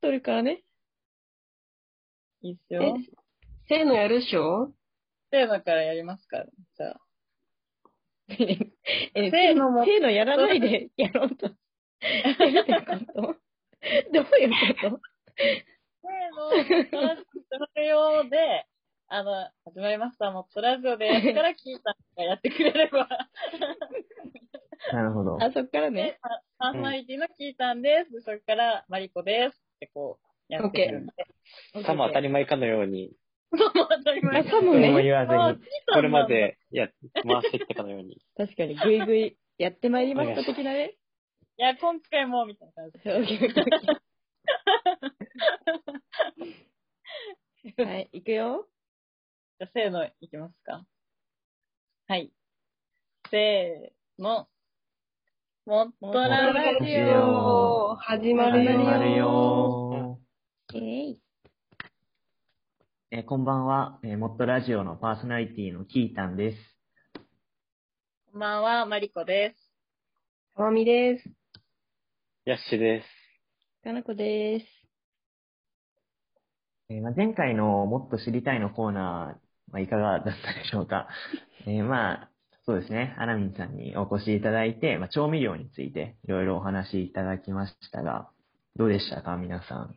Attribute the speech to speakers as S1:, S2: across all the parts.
S1: とるからね。
S2: いいっすよ。
S1: せーのやるっし ょ
S2: せーのからやりますから。じゃあ。
S1: え、せ
S2: せーのも
S1: せーのやらない でやろうと。どういうことどういうこと
S2: せーの、始まるようで、あの、始まりました。もっとラジオでやったら、キーさんがやってくれれば、
S3: なるほど。
S1: あ、そっからね。
S2: パーソナリティのキーさんです。でそれから、マリコです。ってこう、やってるんで。
S4: さも当たり前かのように、
S2: そう、当 たり
S1: あ
S2: 前。
S1: さも
S3: 何も
S1: ね、
S3: 言わず
S2: あ
S3: に
S2: キー。さん
S4: これま
S2: なんだ。
S4: でや回してきたかのように。
S1: 確かにぐいぐいやってまいりました的な ね。
S2: いや、今回も、みたいな感じ。
S1: はい、いくよ。
S2: じゃあ、せーの、いきますか。はい。せーの。もっとラジオ
S5: 始
S1: ま
S5: ま
S1: る
S5: る
S1: よ
S5: よ。
S3: 始まるよ
S1: えい。
S3: ー。えーこんばんは、えーもっとラジオのパーソナリティのキータンです。
S2: こんばんは、マリコです。
S5: まみです。
S4: ヤッシーです。
S1: かなこです。
S3: えーまあ、前回のもっと知りたいのコーナー、まあ、いかがだったでしょうか。 えーまあ、そうですね、アナミンさんにお越しいただいて、まあ、調味料についていろいろお話しいただきましたが、どうでしたか、皆さん。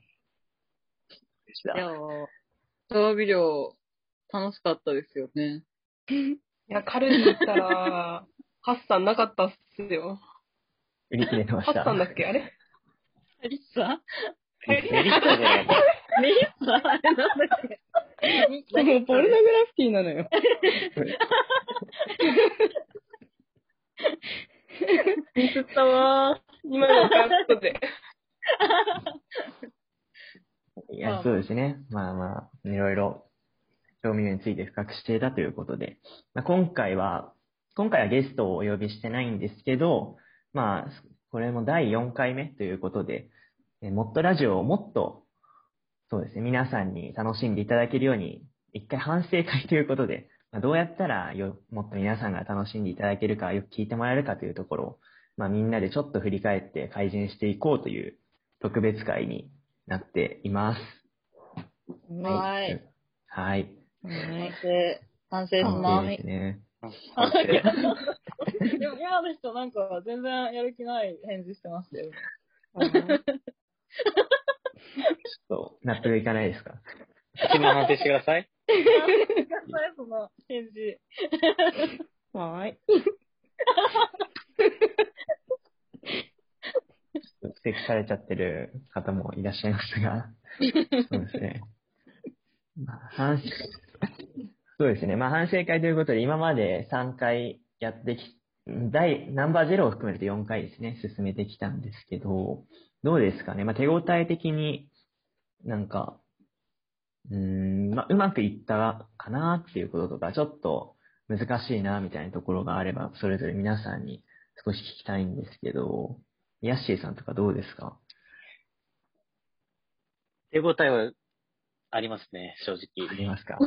S3: でし
S2: いや
S3: た。
S2: ー、調味料、楽しかったですよね。
S5: いや、カルビ行ったら、パスタなかったっすよ。
S3: 売り切れてま
S5: パ
S3: し
S5: ス
S3: た。
S5: タんだっけあれ
S2: メリッサ
S4: メリッサじゃない
S2: メリッサあれなんだっけ
S1: でも、ポルノグラフィティなのよ。
S2: ミスったわ
S5: 今のカットで。
S3: い
S2: ま
S3: や、
S2: あ
S3: そうですね。まあまあ、いろいろ、調味料について深くしていたということで、まあ、今回は、今回はゲストをお呼びしてないんですけど、まあ、これも第4回目ということで、えもっとラジオをもっと、そうですね、皆さんに楽しんでいただけるように、一回反省会ということで、まあ、どうやったらよ、もっと皆さんが楽しんでいただけるか、よく聞いてもらえるかというところを、まあみんなでちょっと振り返って改善していこうという特別会になっています。
S2: ーはーい。
S3: はい。
S1: は
S2: 反
S1: い。
S2: 省、反省し
S3: そ
S2: ま
S3: う
S2: す
S3: で。すね。
S2: でも今の人なんか全然やる気ない返事して ますよ。
S3: ちょっと納得いかない ですか
S4: 自分の反省してください。
S2: その返事。
S1: はーい。
S3: 指摘されちゃってる方もいらっしゃいますが。そうですね。まあ、反省、そうですね。まあ反省会ということで、今まで3回やってき、第、ナンバー0を含めると4回ですね、進めてきたんですけど、どうですかね。まあ手応え的になんか、うーん、まあうまくいったかなっていうこととか、ちょっと難しいなみたいなところがあれば、それぞれ皆さんに少し聞きたいんですけど、ヤッシーさんとかどうですか
S4: 手応えはありますね、正 直。
S3: あります か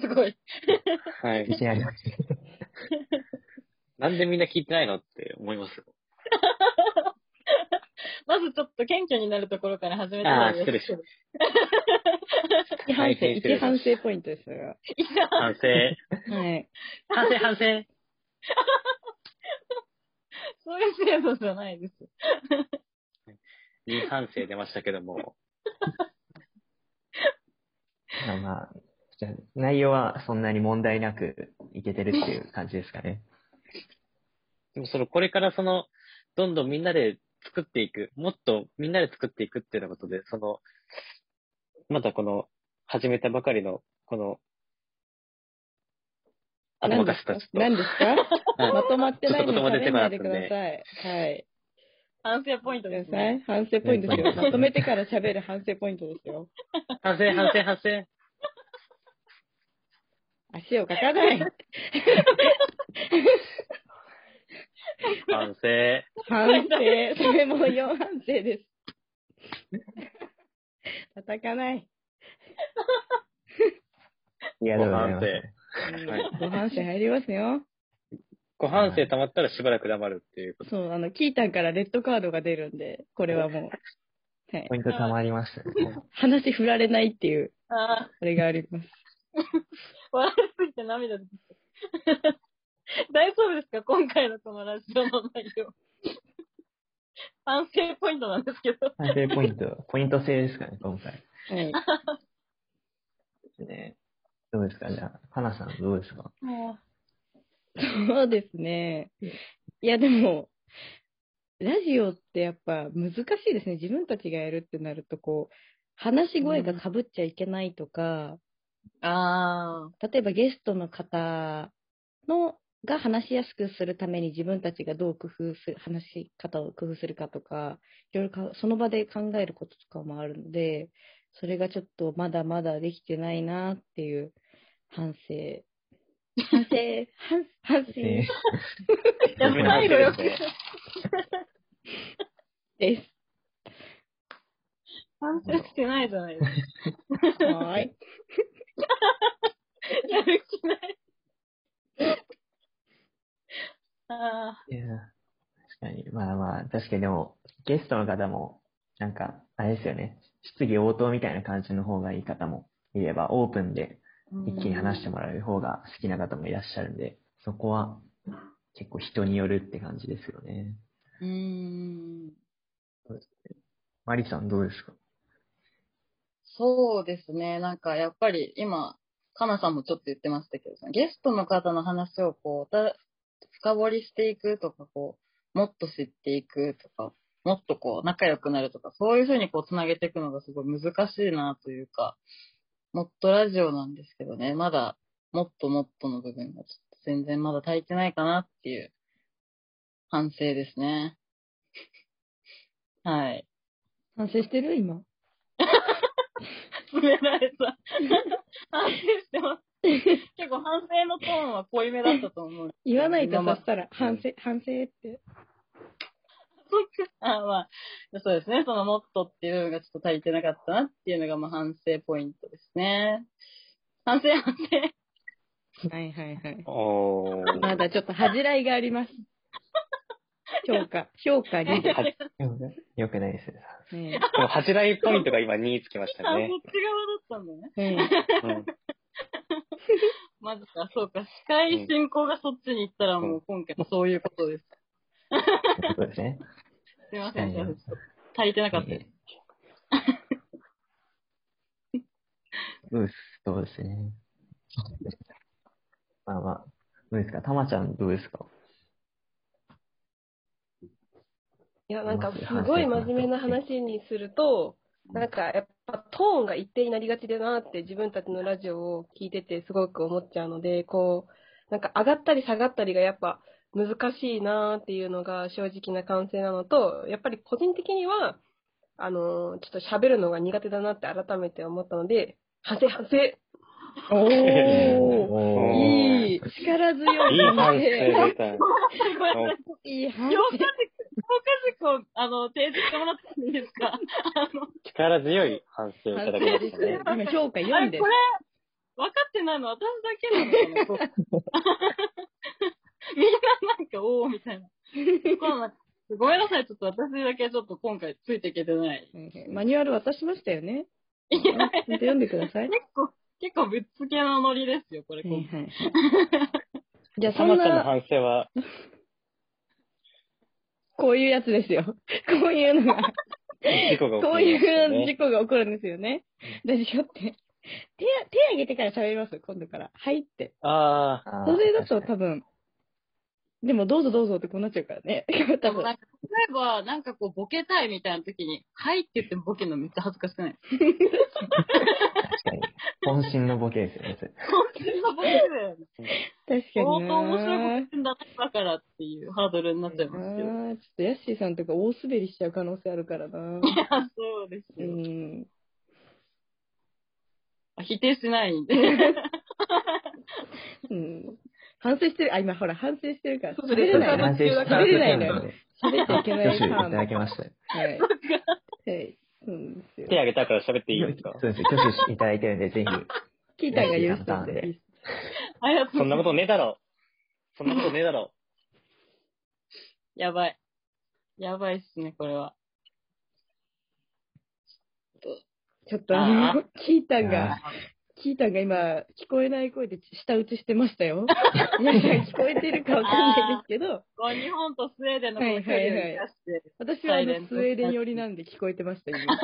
S2: すごい。
S4: はい。
S3: 自信あります。
S4: なんでみんな聞いてないのって思いますよ。
S2: まずちょっと謙虚になるところから始めた
S4: あー失礼し
S1: 一反省、
S4: はい
S1: 一反省ポイントですが。
S4: 反省。
S1: はい。
S4: 反省、反省。
S2: そういう制度じゃないです。
S4: 二反省出ましたけども。
S3: まあまあ、じゃあ内容はそんなに問題なくいけてるっていう感じですかね。
S4: でもその、これからその、どんどんみんなで作っていく、もっとみんなで作っていくっていうようなことで、その、まだこの、始めたばかりの、この、頭
S1: 何
S4: か
S1: で
S4: し
S1: す
S4: た
S1: か
S4: ちょっと。
S1: 何ですか
S4: はい
S1: まとまってないの
S4: ちょっと言葉出
S1: 喋
S4: て
S1: ん
S4: こ
S1: な
S4: ないか
S1: で
S4: った
S1: く
S4: んで
S1: ださい。はい。
S2: 反省ポイント
S1: くだ
S2: です
S1: さ
S2: ね。
S1: い。反省ポイントですよ。まとめてから喋る反省ポイントですよ。
S4: 反省、反省、反省。
S1: 足をかか ない。
S4: 反省。
S1: 反省。それも4反省です。叩かない。
S3: いや、
S4: ご
S3: でも
S4: 反
S1: う
S4: 省。
S1: んご反省入りますよ。
S4: ご反省溜まったらしばらく黙るっていうこと。
S1: そう、あの、キータンからレッドカードが出るんで、これはもう、はい
S3: ポ。イント溜まりましたね。
S1: 話振られないっていう、
S2: あ
S1: あ
S2: あ、
S1: れがあります。
S2: 笑いすぎて涙出てきた。 大丈夫ですか今回のこのラジオの内容。反省ポイントなんですけど。
S3: 判定ポイント、ポイント制ですかね、今回。
S1: はい。
S3: ねどうですかじゃあ、かなさんどうですか
S2: も
S1: そうですね。いや、でも、ラジオってやっぱ難しいですね。自分たちがやるってなると、こう、話し声がかぶっちゃいけないとか、
S2: うああ、
S1: 例えばゲストの方のが話しやすくするために自分たちがどう工夫する、話し方を工夫するかとか、いろいろかその場で考えることとかもあるので、それがちょっとまだまだできてないなっていう反省。反省、 反反省
S3: え
S2: やばいのよ。
S1: です。
S2: 反省してないじゃないですか。
S1: はーい。
S2: やる気ない。あ
S3: ーいやー確かに。まあまあ、確かにでも、ゲストの方も、なんか、あれですよね。質疑応答みたいな感じの方がいい方もいれば、オープンで
S2: あ。
S3: 一気に話してもらう方が好きな方もいらっしゃるんで、そこは結構人によるって感じですよね。
S2: うーん。
S3: マリさんどうですか
S2: そうですね。なんか、やっぱり今、かなさんもちょっと言ってましたけど、そのゲストの方の話をこう、た深掘りしていくとか、こう、もっと知っていくとか、もっとこう、仲良くなるとか、そういうふうにこう、つなげていくのがすごい難しいなというか、もっとラジオなんですけどね、まだ、もっともっとの部分がちょっと全然まだ足りてないかなっていう、反省ですね。はい。
S1: 反省してる 今。
S2: 詰められた。反省してます。結構反省のトーンは濃いめだったと思う。
S1: 言わないと
S2: 今ま
S1: そ
S2: で
S1: したら、反省、反省って。
S2: あまあ、そうですね。そのモットっていうのがちょっと足りてなかったなっていうのがまあ反省ポイントですね。反省反省。
S1: はいはいはい。
S4: おー。
S1: まだちょっと恥じらいがあり ます。評価、評価に。
S4: はで
S3: よくないですね。
S1: ね
S4: も恥じらいポイントが今2つきまし
S2: あ、
S4: た
S2: そっ
S4: ね。
S2: ち側だったんだね。
S1: え
S4: うん
S2: マジか、そうか。司会進行がそっちに行ったらもう今回そういうことです。
S3: そうですね。
S2: すいません、
S3: はい
S2: ちょっと足りてなかったです。
S3: そうです、そうですね。まあまあ、どうですかたまちゃんどうですか
S5: いや、なんかすごい真面目な話にすると、なんかやっぱトーンが一定になりがちだなって自分たちのラジオを聞いててすごく思っちゃうので、こう、なんか上がったり下がったりがやっぱ難しいなっていうのが正直な感性なのと、やっぱり個人的には、あのーちょっと喋るのが苦手だなって改めて思ったので、反省反省
S1: おー。
S4: おー
S1: いい。力強い。
S4: いい反省出た。お
S1: いい反省
S2: 評価軸、評価軸を、あの、提示してもらってもいいですかあの、
S4: 力強い反省をいただきましたね。
S1: 今評価
S2: あ
S1: 4
S2: れ、
S1: で
S2: これ、分かってないの私だけなの かなみんななんか、おおみたいな。こうなごめんなさい、ちょっと私だけちょっと今回ついていけてない。
S1: す。マニュアル渡しましたよね。ちゃんと読んでください。
S2: 結構、結構ぶっつけのノリですよ、これ。
S1: はい
S2: 今
S1: はいはいじゃあ、
S4: た
S1: そ
S4: ま
S1: ん
S4: ちゃんの
S1: な、
S4: 反省は、
S1: こういうやつですよ。 こういうのが、
S4: 事故が起
S1: こ
S4: こ
S1: う
S4: りました
S1: い
S4: ね
S1: う事故が起こるんですよね。大丈夫って。手、手挙げてから喋ります今度から。はいって。
S4: ああ、
S1: それだと
S3: 確か
S1: 多分、でもどうぞどうぞってこうなっちゃうからね。
S2: で
S1: 多
S2: も
S1: 分。
S2: なんか、例えば、なんかこう、ボケたいみたいな時に、はいって言ってボケるのめっちゃ恥ずかしくない
S3: に。渾身のボケですよね。それ
S2: そんなボケだよね。
S1: 確かに
S2: 相
S1: な。
S2: 当面白いこと言うんだな、だからっていうハードルになっちゃいますけど。い
S1: あーちょっとヤッシーさんとか大滑りしちゃう可能性あるからな。
S2: や、 そうです
S1: う
S2: よ。
S1: ん。
S2: 否定しないんで。
S1: うん。反省してる。あ、今ほら、反省してるから。
S5: そう
S1: 喋れない
S5: 反
S1: な。
S5: 省して
S1: 喋れないのよ
S3: で。
S1: 喋っちゃいけない
S3: 挙
S1: タ
S3: 手い
S1: ー
S3: た
S1: ン。
S3: だきました。
S1: はい。はい。そうなんですよ
S4: 手。挙げたから喋っていいですか
S3: そうです。挙手いただいてるんで、ぜひ。
S1: キータンが許してるんで。
S2: ありがとう
S4: そんなことねえだろ。そんなことねえだろ。
S2: やばい。やばいっすね、これは。
S1: ちょっとあの、キータンが、キータンが今、聞こえない声で舌打ちしてましたよ。皆さん聞こえてるかわかんないですけど、
S2: こう日本とスウェーデンのこの距離を生かして、
S1: 私はあ
S2: サイレン
S1: の
S2: ト
S1: スウェーデン寄りなんで聞こえてました、今。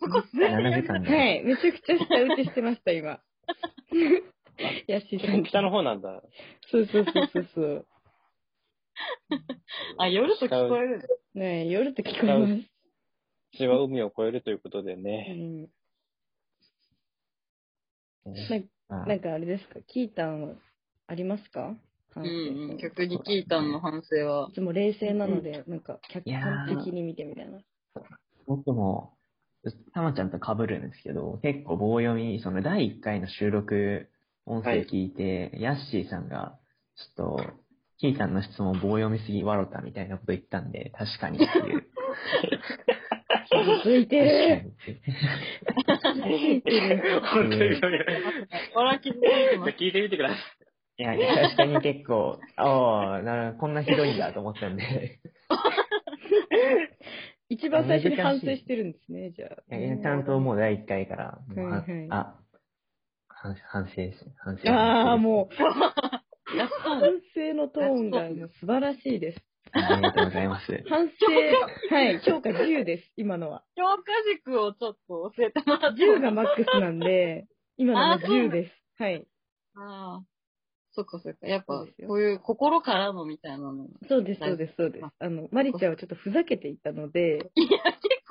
S2: そこスウェーデン
S3: 7時間で。
S1: はい、めちゃくちゃ舌打ちしてました、 今。ヤッシーさん、
S4: 北の方なんだ。
S1: そうそうそうそうそう。
S2: あ、夜と聞こえるんだ
S1: ねえ夜と聞こえます。
S4: うちは海を越えるということで
S1: う
S4: ね。
S1: ん、
S3: うん
S1: なんかあれですか、キータンはありますか反
S2: う
S1: 省点
S2: んうん、逆にキータンの反省は。
S1: いつも冷静なので、なんか客
S3: いや
S1: 観
S3: ー
S1: 的に見てみたいな。
S3: 僕も、たまちゃんと被るんですけど、結構棒読み、その第1回の収録、音声聞いて、ヤッシーさんが、ちょっと、キータンの質問棒読みすぎ笑ったみたいなこと言ったんで、確かにっていう。
S1: 続いてる
S4: 本当にごめん
S2: これは気づいてます。
S4: 聞いてみてください。
S3: いや、確かに結構、ああ、なるほどこんなひどいんだと思ったんで。
S1: 一番最初に反省してるんですね、じゃ
S3: い
S1: あ。
S3: やちゃんともう第1回から、もうは
S1: はいはい
S3: あ、反反省ですね。反省。
S1: ああ、も う、
S2: やっ
S1: 反省のトーンがもう素晴らしいです。
S3: う。ありがとうございます。
S1: 反省、はい、評価10です、今のは。
S2: 強化軸をちょっと教えてもらっても
S1: 10がマックスなん で、今のは10です。はい。
S2: ああ。そっかそっか。やっ
S1: そ
S2: ぱ
S1: うです、よ
S2: こういう心からのみたいなのも。
S1: そうです、そうです、そうです。あの、マリちゃんはちょっとふざけていたので、
S2: いや、結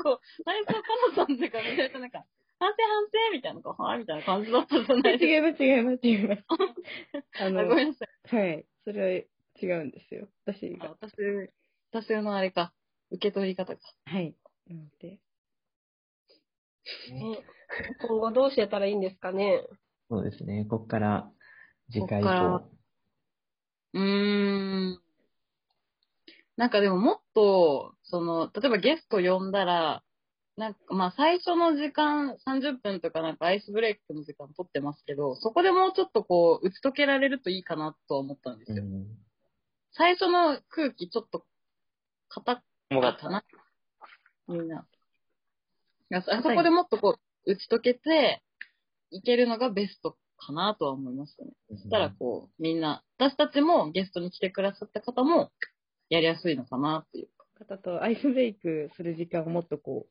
S2: 構、最初、カノさんとかめちゃくちゃなんか、反省反省みたいな、こう、はぁみたいな感じだったじゃないです
S1: 違います、違います、違います。 あ
S2: か。あ
S1: の、
S2: ご
S1: は
S2: めんなさい。
S1: い。それは違うんですよ。私
S2: あ
S1: が。
S2: 私、私のあれか、受け取り方か。
S1: はい。なので。
S5: 今後どうしてたらいいんですかね。
S3: そうですね。ここから、次回以
S2: こっから
S3: 降。
S2: うーん。なんかでももっと、その、例えばゲスト呼んだら、なんかまあ最初の時間30分とかなんかアイスブレイクの時間取ってますけど、そこでもうちょっとこう打ち解けられるといいかなとは思ったんですよ。
S3: うん
S2: 最初の空気ちょっと硬か
S4: もう
S2: ったかな。みんな。あそあそこでもっとこう打ち解けていけるのがベストかなとは思いますね。そしたらこう、みんな、私たちもゲストに来てくださった方も、やりやすいのかなっていう。
S1: 方とアイスブレイクする時間をもっとこ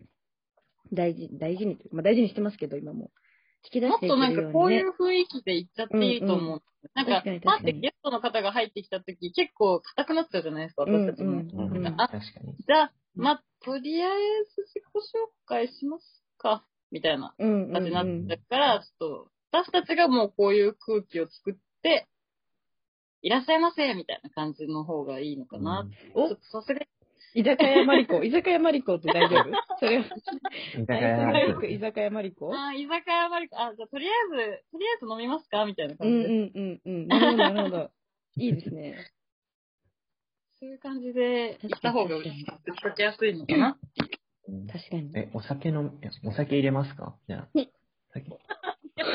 S1: う、大事、大事にというか、まあ大事にしてますけど、今も。引き出
S2: も
S1: し
S2: って
S1: いけ
S2: と
S1: る
S2: なん
S1: よ
S2: か
S1: う
S2: こ
S1: にね
S2: うい。う雰囲気で行っちゃっていいと思う。
S1: うんう
S2: なんか
S1: 確かに、
S2: パ
S1: 確
S2: っ
S1: か
S2: て
S1: に
S2: ゲストの方が入ってきた時結構硬くなっちゃうじゃないですか、私たちも。
S1: うん
S3: うん
S1: うん
S3: 確かに。
S2: じゃあ、まあ、とりあえず自己紹介しますか、みたいな
S1: うんうん、
S2: 感じにな
S1: う
S2: っ
S1: ん。
S2: たから、ちょっと、私たちがもうこういう空気を作って、いらっしゃいませ、みたいな感じの方がいいのかな。
S1: お
S2: ちょっとさすがに
S1: 居酒屋マリコ。居酒屋マリコって大 丈夫それは、
S3: 居酒
S1: アイスブ
S3: 屋
S1: レイ
S3: の
S1: ク、居酒屋マリコ
S2: あー居酒屋マリコ、あ、じゃあとりあえず、とりあえず飲みますかみたいな
S1: うん
S2: 感
S1: う
S2: じで、
S1: んうんうん。なるほど、なるほど。いいですね。
S2: そういう感じで行った方が落ち着きやすいのかな。
S3: うん
S1: 確かに。
S3: え、お酒の、えお酒入れますかじゃあ。酒
S1: え、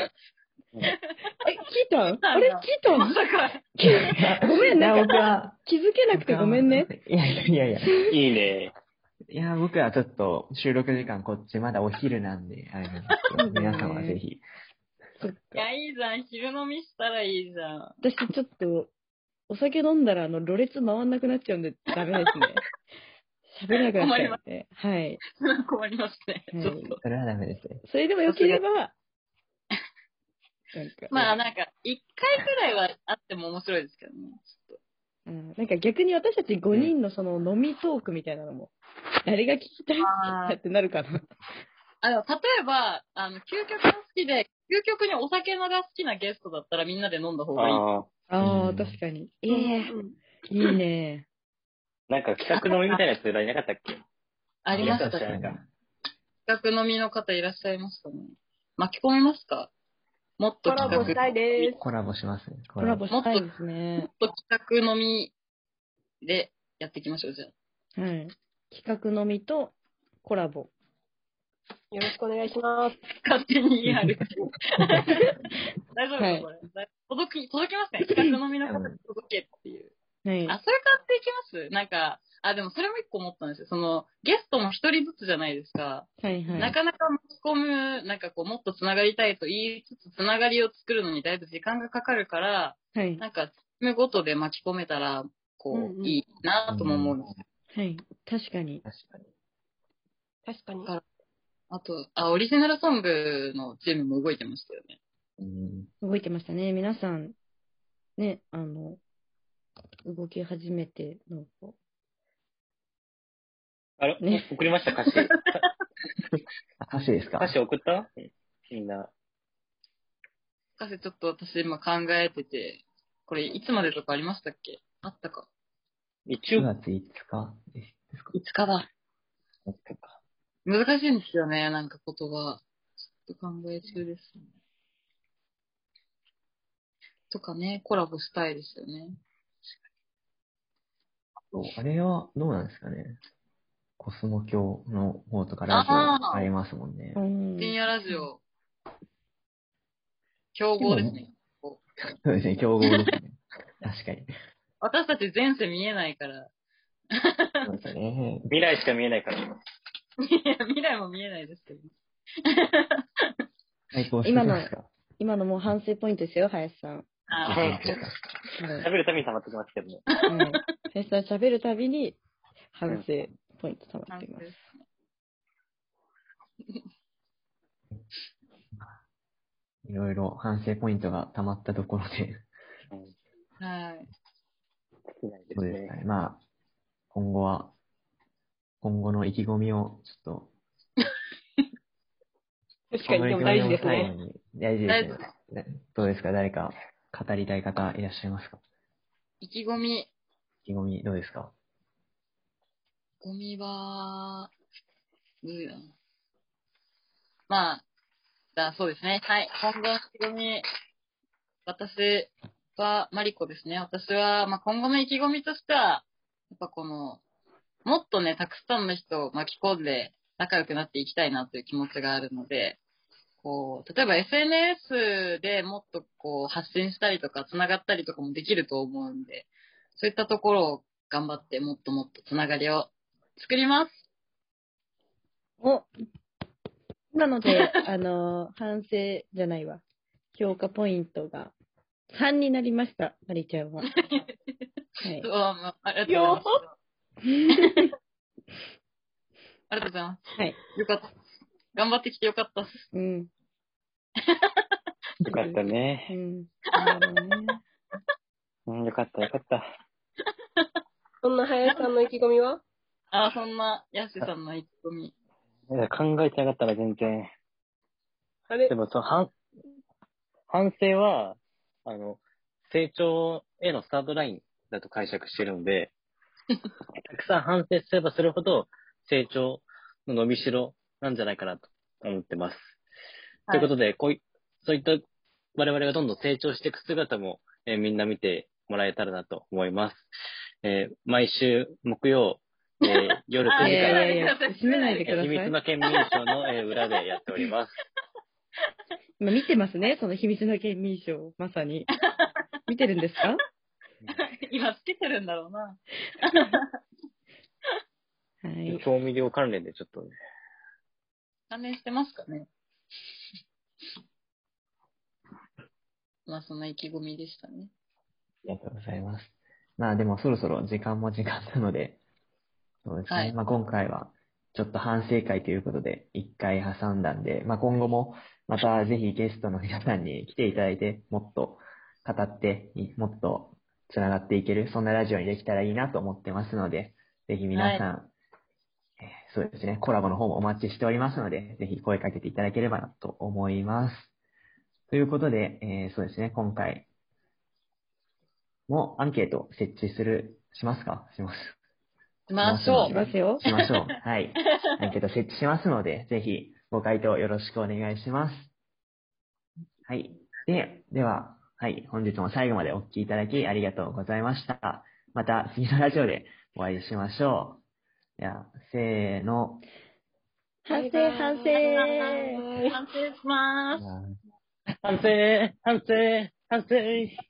S1: 聞いたんあれ聞いたん
S2: だから、
S1: ごめん
S3: いや
S1: なん
S3: 僕
S1: か
S3: は、
S1: 気づけなくてごめんね。。
S3: いやいやいやいや。い
S4: いいね。
S3: や、僕はちょっと収録時間こっちまだお昼なんで、あれなんですけど、皆さんはぜひ。
S1: そっか
S2: いや、いいじゃん。昼飲みしたらいいじゃん。
S1: 私ちょっと、お酒飲んだら、あの、ろれつ回んなくなっちゃうんで、ダメですね。喋れなくなっちゃうんで。はい。
S2: 困りますね。
S1: うん
S2: ちょっと。
S3: それはダメですね。
S1: それでも良ければ、なんか。
S2: まあ、なんか、一回くらいはあっても面白いですけどね。ちょっ
S1: うん、なんか逆に私たち5人のその飲みトークみたいなのも、誰が聞きたい
S2: と。あー
S1: ってなるかな。
S2: あの、例えば、あの、究極が好きで、究極にお酒のが好きなゲストだったらみんなで飲んだ方がいい。
S4: ああ。
S1: あ
S3: う
S1: あ、
S3: ん
S1: 確かに。え
S2: うん
S1: え
S2: うん
S1: いいね。
S4: なんか企画飲みみたいなやついなかったっけ
S2: ありました
S4: いや
S2: ね。
S4: 確かに
S2: 企画飲みの方いらっしゃいましたね。巻き込めますかもっと
S5: コ
S2: 企
S5: ラ
S2: 画、
S5: ボしたいで
S3: コラボします。
S1: コ
S3: コ
S1: ラボしたいです
S2: もっ
S1: ね。
S2: と企画飲みでやっていきましょう、じゃあ。
S1: はい。企画飲みとコラボ。
S5: す。よろしくお願いします。
S2: 勝手に言い張る。大丈夫
S1: はい
S2: か、これ。届き、届きますね。企画飲みの方に届けっていう。
S1: はい。
S2: あ、それ買っていきますなんか、あ、でもそれも一個思ったんですよ。その、ゲストも一人ずつじゃないですか。
S1: はいはい。
S2: なかなか持ち込む、なんかこう、もっとつながりたいと言いつつ、つながりを作るのにだいぶ時間がかかるから、
S1: はい。
S2: なんか、チームごとで巻き込めたら、こう、
S5: うんうん
S2: いいなとも思うんですよ。
S1: はい。確かに。
S3: 確かに。
S5: 確かに。
S2: ああと、あ、オリジナルソングのチームも動いてましたよね。
S3: うん
S1: 動いてましたね。皆さん、ね、あの、動き始めての、
S4: あれ、
S1: ね
S4: 送りました歌詞。
S3: あ歌詞ですか
S4: 歌詞送ったみんな。
S2: かせちょっと私今考えてて、これいつまでとかありましたっけあったか。
S4: 一
S3: ?9
S4: 応、
S3: 月5日ですか
S2: いつかだ。
S3: 5日か。
S2: 難しいんですよね、なんか言葉。ちょっと考え中です、ね。とかね、コラボしたいですよね。
S3: そうあれはどうなんですかねコスモ教の方とかラジオありますもんね
S1: う。ん。
S2: 深夜ラジオ、競合ですね。
S3: そうですね、競合です ね。確かに。
S2: 私たち前世見えないから、
S3: そうですね。
S4: 未来しか見えないから。
S2: いや未来も見えないですけど。
S3: 対抗してますか
S1: 今のもう反省ポイントですよ、林さん。 は
S2: あ
S4: 今の
S2: ちょっと
S1: い。
S4: 喋るたびに溜まってきますけどね。
S1: はい林さん喋るたびに反省ポイント溜ま
S2: 反
S1: ってい
S2: 省
S1: ます。
S3: いろいろ反省ポイントが溜まったところで、
S2: はい。
S4: 見ないで
S3: そ
S4: す
S3: うですか
S4: ね。
S3: ね。まあ、今後は、今後の意気込みをちょっと、
S5: 確かに、でも大事ですね。
S3: に。大事
S2: 大
S3: で
S2: 丈
S3: す
S2: 夫
S3: ね。ねどうですか誰か語りたい方いらっしゃいますか
S2: 意気込み、
S3: 意気込みどうですか
S2: ゴミは、むずいな。まあ、だそうですね。はい。今後の意気込み、私は、マリコですね。私は、まあ、今後の意気込みとしては、やっぱこの、もっとね、たくさんの人を巻き込んで、仲良くなっていきたいなという気持ちがあるので、こう、例えば SNS でもっとこう、発信したりとか、つながったりとかもできると思うんで、そういったところを頑張って、もっともっとつながりを作ります。
S1: お今の で、あの、反省じゃないわ。評価ポイントが3になりました、マリちゃん は。はい
S2: そう、あありがとうございます。ありがとうございま
S1: はい。
S2: す。よかった。頑張ってきてよかったっす。
S1: うん。
S4: よかった
S1: う
S4: ね。
S1: ん。なるほどね
S4: うん、よかった、よかった。
S5: そんな林さんの意気込みは
S2: あーそんな、やすさんの意気 込み。
S4: いや考えてなかったら全然。
S5: あれ
S4: でも、その、反、反省は、あの、成長へのスタートラインだと解釈してる んで、たくさん反省すればするほど、成長の伸びしろなんじゃないかなと思ってます。
S2: はい
S4: ということで、こうい、そういった我々がどんどん成長していく姿も、えーみんな見てもらえたらなと思います。えー毎週木曜、えー 夜9時
S2: あ
S4: か
S2: ー
S1: いやい
S4: ら、
S1: やいや、閉めないでくださ
S4: 秘密
S1: い。
S4: の県民賞の、えー裏でやっております。
S1: 今見てますね、その秘密の県民賞を、まさに。見てるんですか
S2: 今つけてるんだろうな。
S1: はい。
S4: 調味料関連でちょっとね、
S2: 関連してますかね。まあ、そんな意気込みでしたね。
S3: ありがとうございます。まあでもそろそろ時間も時間なので、そうですね。
S2: はい
S3: まあ今回はちょっと反省会ということで一回挟んだんで、まあ今後もまたぜひゲストの皆さんに来ていただいて、もっと語って、いもっとつながっていける、そんなラジオにできたらいいなと思ってますので、ぜひ皆さん、えーそうですね、コラボの方もお待ちしておりますので、ぜひ声かけていただければなと思います。ということで、えーそうですね、今回もアンケート設置する、しますかします。
S2: しましょ
S1: し
S2: う。
S1: ますよ。
S3: しましょう。はい。アンケート設置しますので、ぜひご回答よろしくお願いします。はい。で、では、はい。本日も最後までお聞きいただきありがとうございました。また次のラジオでお会いしましょう。では、せーの。
S1: 反省、反省。
S5: はい
S2: 反省します。
S4: 反省、反省、反省。